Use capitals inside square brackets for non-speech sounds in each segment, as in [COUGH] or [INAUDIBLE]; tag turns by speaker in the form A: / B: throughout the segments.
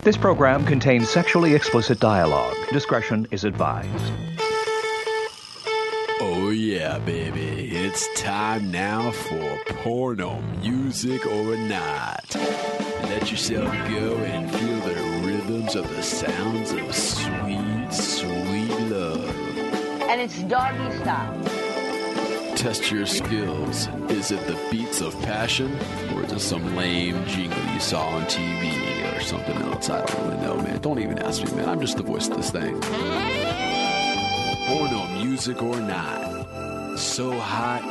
A: This program contains sexually explicit dialogue. Discretion is advised.
B: Oh yeah, baby. It's time now for porno music or not. Let yourself go and feel the rhythms of the sounds of sweet, sweet love.
C: and it's doggy style.
B: Test your skills. Is it the beats of passion? Or is it some lame jingle you saw on TV or something else? I don't really know, man. Don't even ask me, man. I'm just the voice of this thing. Porno music or not. So hot,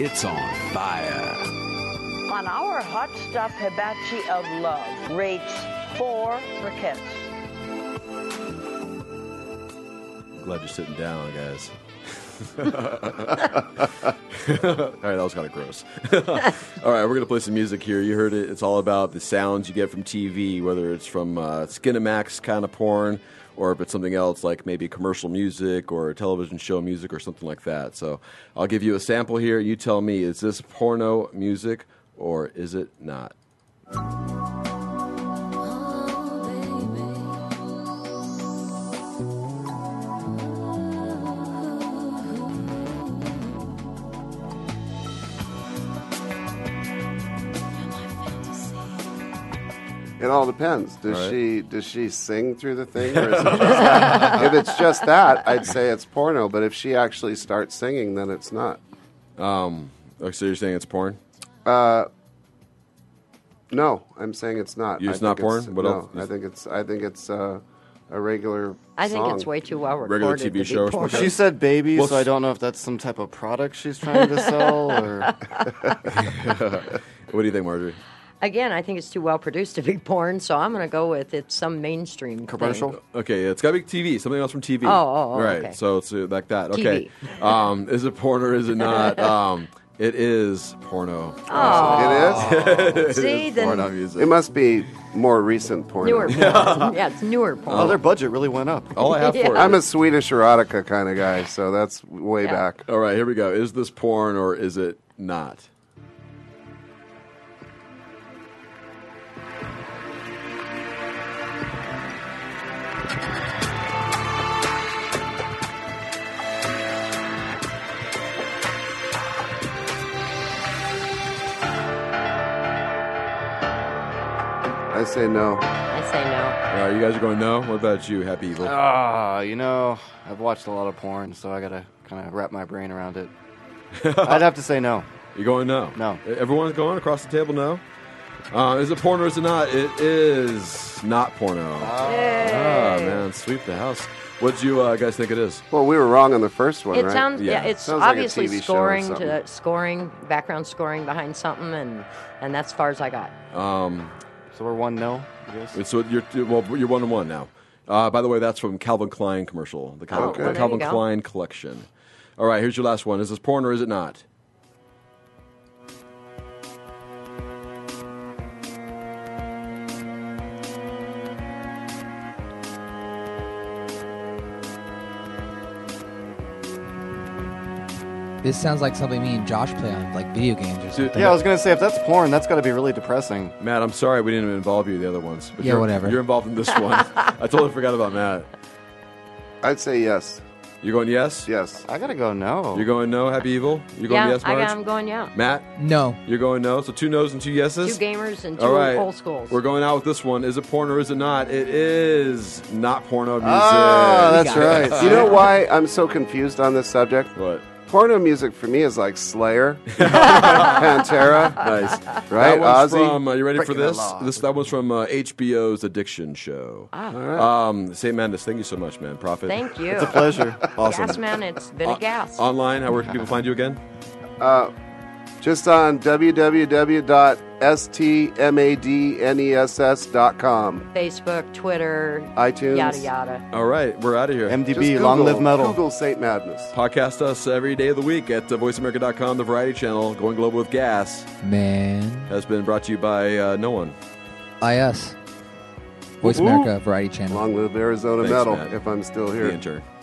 B: it's on fire.
C: On our hot stuff hibachi of love rates four for kids.
D: Glad you're sitting down, guys. [LAUGHS] all right, that was kind of gross. all right, we're going to play some music here. You heard it. It's all about the sounds you get from TV, whether it's from uh, Skinamax kind of porn or if it's something else like maybe commercial music or television show music or something like that. So I'll give you a sample here. You tell me, is this porno music or is it not?
E: It all depends. Does
D: Right.
E: she does she sing through the thing? Or is it just
D: [LAUGHS]
E: that? if it's just that, I'd say it's porno. But if she actually starts singing, then it's not.
D: Like, Oh, so you're saying it's porn?
E: No, I'm saying it's not.
D: You-
E: I
D: it's not
E: think
D: porn? What
E: no,
D: else?
E: I think it's. I think it's uh, a regular.
F: I think
E: song.
F: it's way too well recorded.
D: Regular
F: to
D: TV
F: be
D: show or
F: porn.
D: something?
G: She said baby,
D: Well,
G: so I
D: f-
G: don't know if that's some type of product she's trying to sell or
D: What do you think, Marjorie?
F: Again, I think it's too well produced to be porn, so I'm going to go with it's some mainstream thing.
D: [LAUGHS]
G: commercial.
D: Okay, it's got to be TV. Something else from TV.
F: Oh, oh, oh,
D: right.
F: okay.
D: So it's uh, like that. Okay. um, is it porn or is it
F: [LAUGHS]
D: not? Um, it is porno. [LAUGHS]
E: It
G: [LAUGHS]
E: is.
F: Oh, See,
D: porno
F: then
D: music.
E: It must be more recent porn.
F: newer porn.
D: [LAUGHS]
F: yeah, it's newer porn.
G: Oh, their budget really went up.
D: All I have for
F: Yeah.
D: it.
E: I'm a Swedish erotica kind of guy, so that's way
F: Yeah.
E: back.
D: All right, here we go. Is this porn or is it not?
E: I say no.
F: I say no.
D: All right, you guys are going no. What about you, Happy Evil?
G: Ah, you know, I've watched a lot of porn, so I gotta kind of wrap my brain around it. I'd have to say no.
D: You're going no. E-
G: No.
D: Everyone's going across the table. No. Uh, is it porn or is it not? It is not porno. Ah, man, sweep the house. What do you uh, guys think it is?
E: Well, we were wrong on the first one,
F: It
E: right?
F: sounds yeah,
D: Yeah.
F: it's
E: Sounds like a
F: obviously
E: TV show or
F: scoring to scoring background scoring behind something, and and that's far as I got.
G: So we're one no. I guess.
D: It's what you're well. You're one on one now. Uh, by the way, that's from Calvin Klein commercial, the Calvin,
E: Okay.
D: the
E: Well, there you
D: Calvin
F: go.
D: Klein collection. All right, here's your last one. Is this porn or is it not?
H: This sounds like something me and Josh play on like video games or something.
G: Yeah, I was gonna say if that's porn, that's gotta be really depressing.
D: Matt, I'm sorry we didn't involve you in the other ones. But
H: Yeah,
D: you're,
H: whatever.
D: You're involved in
H: [LAUGHS]
D: this one. I totally forgot about Matt.
E: I'd say yes.
D: You're going yes.
E: Yes.
G: I gotta go no.
D: You're going no. Happy evil. You're going
F: yeah,
D: yes,
F: I
D: Marge.
F: got, I'm going yeah.
D: Matt,
H: No,
D: you're going no. So two no's and two
F: Two
D: yeses.
F: gamers and 2
D: All right.
F: old schools.
D: We're going out with this one. Is it porn or is it not? It is not porno music.
G: Ah, that's right.
E: Oh, You know why I'm so confused on this subject?
D: what.
E: Porno music for me is
D: [LAUGHS]
E: like Slayer, Pantera,
G: [LAUGHS]
D: Nice. That
E: right?
D: one's
E: Ozzy.
D: from. Uh, you ready for
G: Breaking the
D: this?
G: law.
D: This that one's from uh, HBO's Addiction Show.
F: Ah.
D: Um, St. Mandis, thank you so much, man. Profit.
F: Thank you.
G: It's a pleasure.
D: Awesome. Uh, um,
F: [LAUGHS] Gas man, it's been a gas.
D: Online, how where can people find you again?
E: Just on www.stmadness.com.
F: Facebook, Twitter,
E: iTunes.
F: yada yada.
D: All right, we're out of here.
E: Just
G: MDB,
E: Google-
G: long live metal.
E: Google Saint Madness.
D: Podcast us every day of the week at uh, voiceamerica.com, the variety channel. Going global with gas
H: man.
D: has been brought to you by uh, no one.
H: IS. Voice America Variety Channel.
E: Long live Arizona
D: Thanks,
E: metal.
D: Matt.
E: If I'm still
D: The
E: here.
D: intern.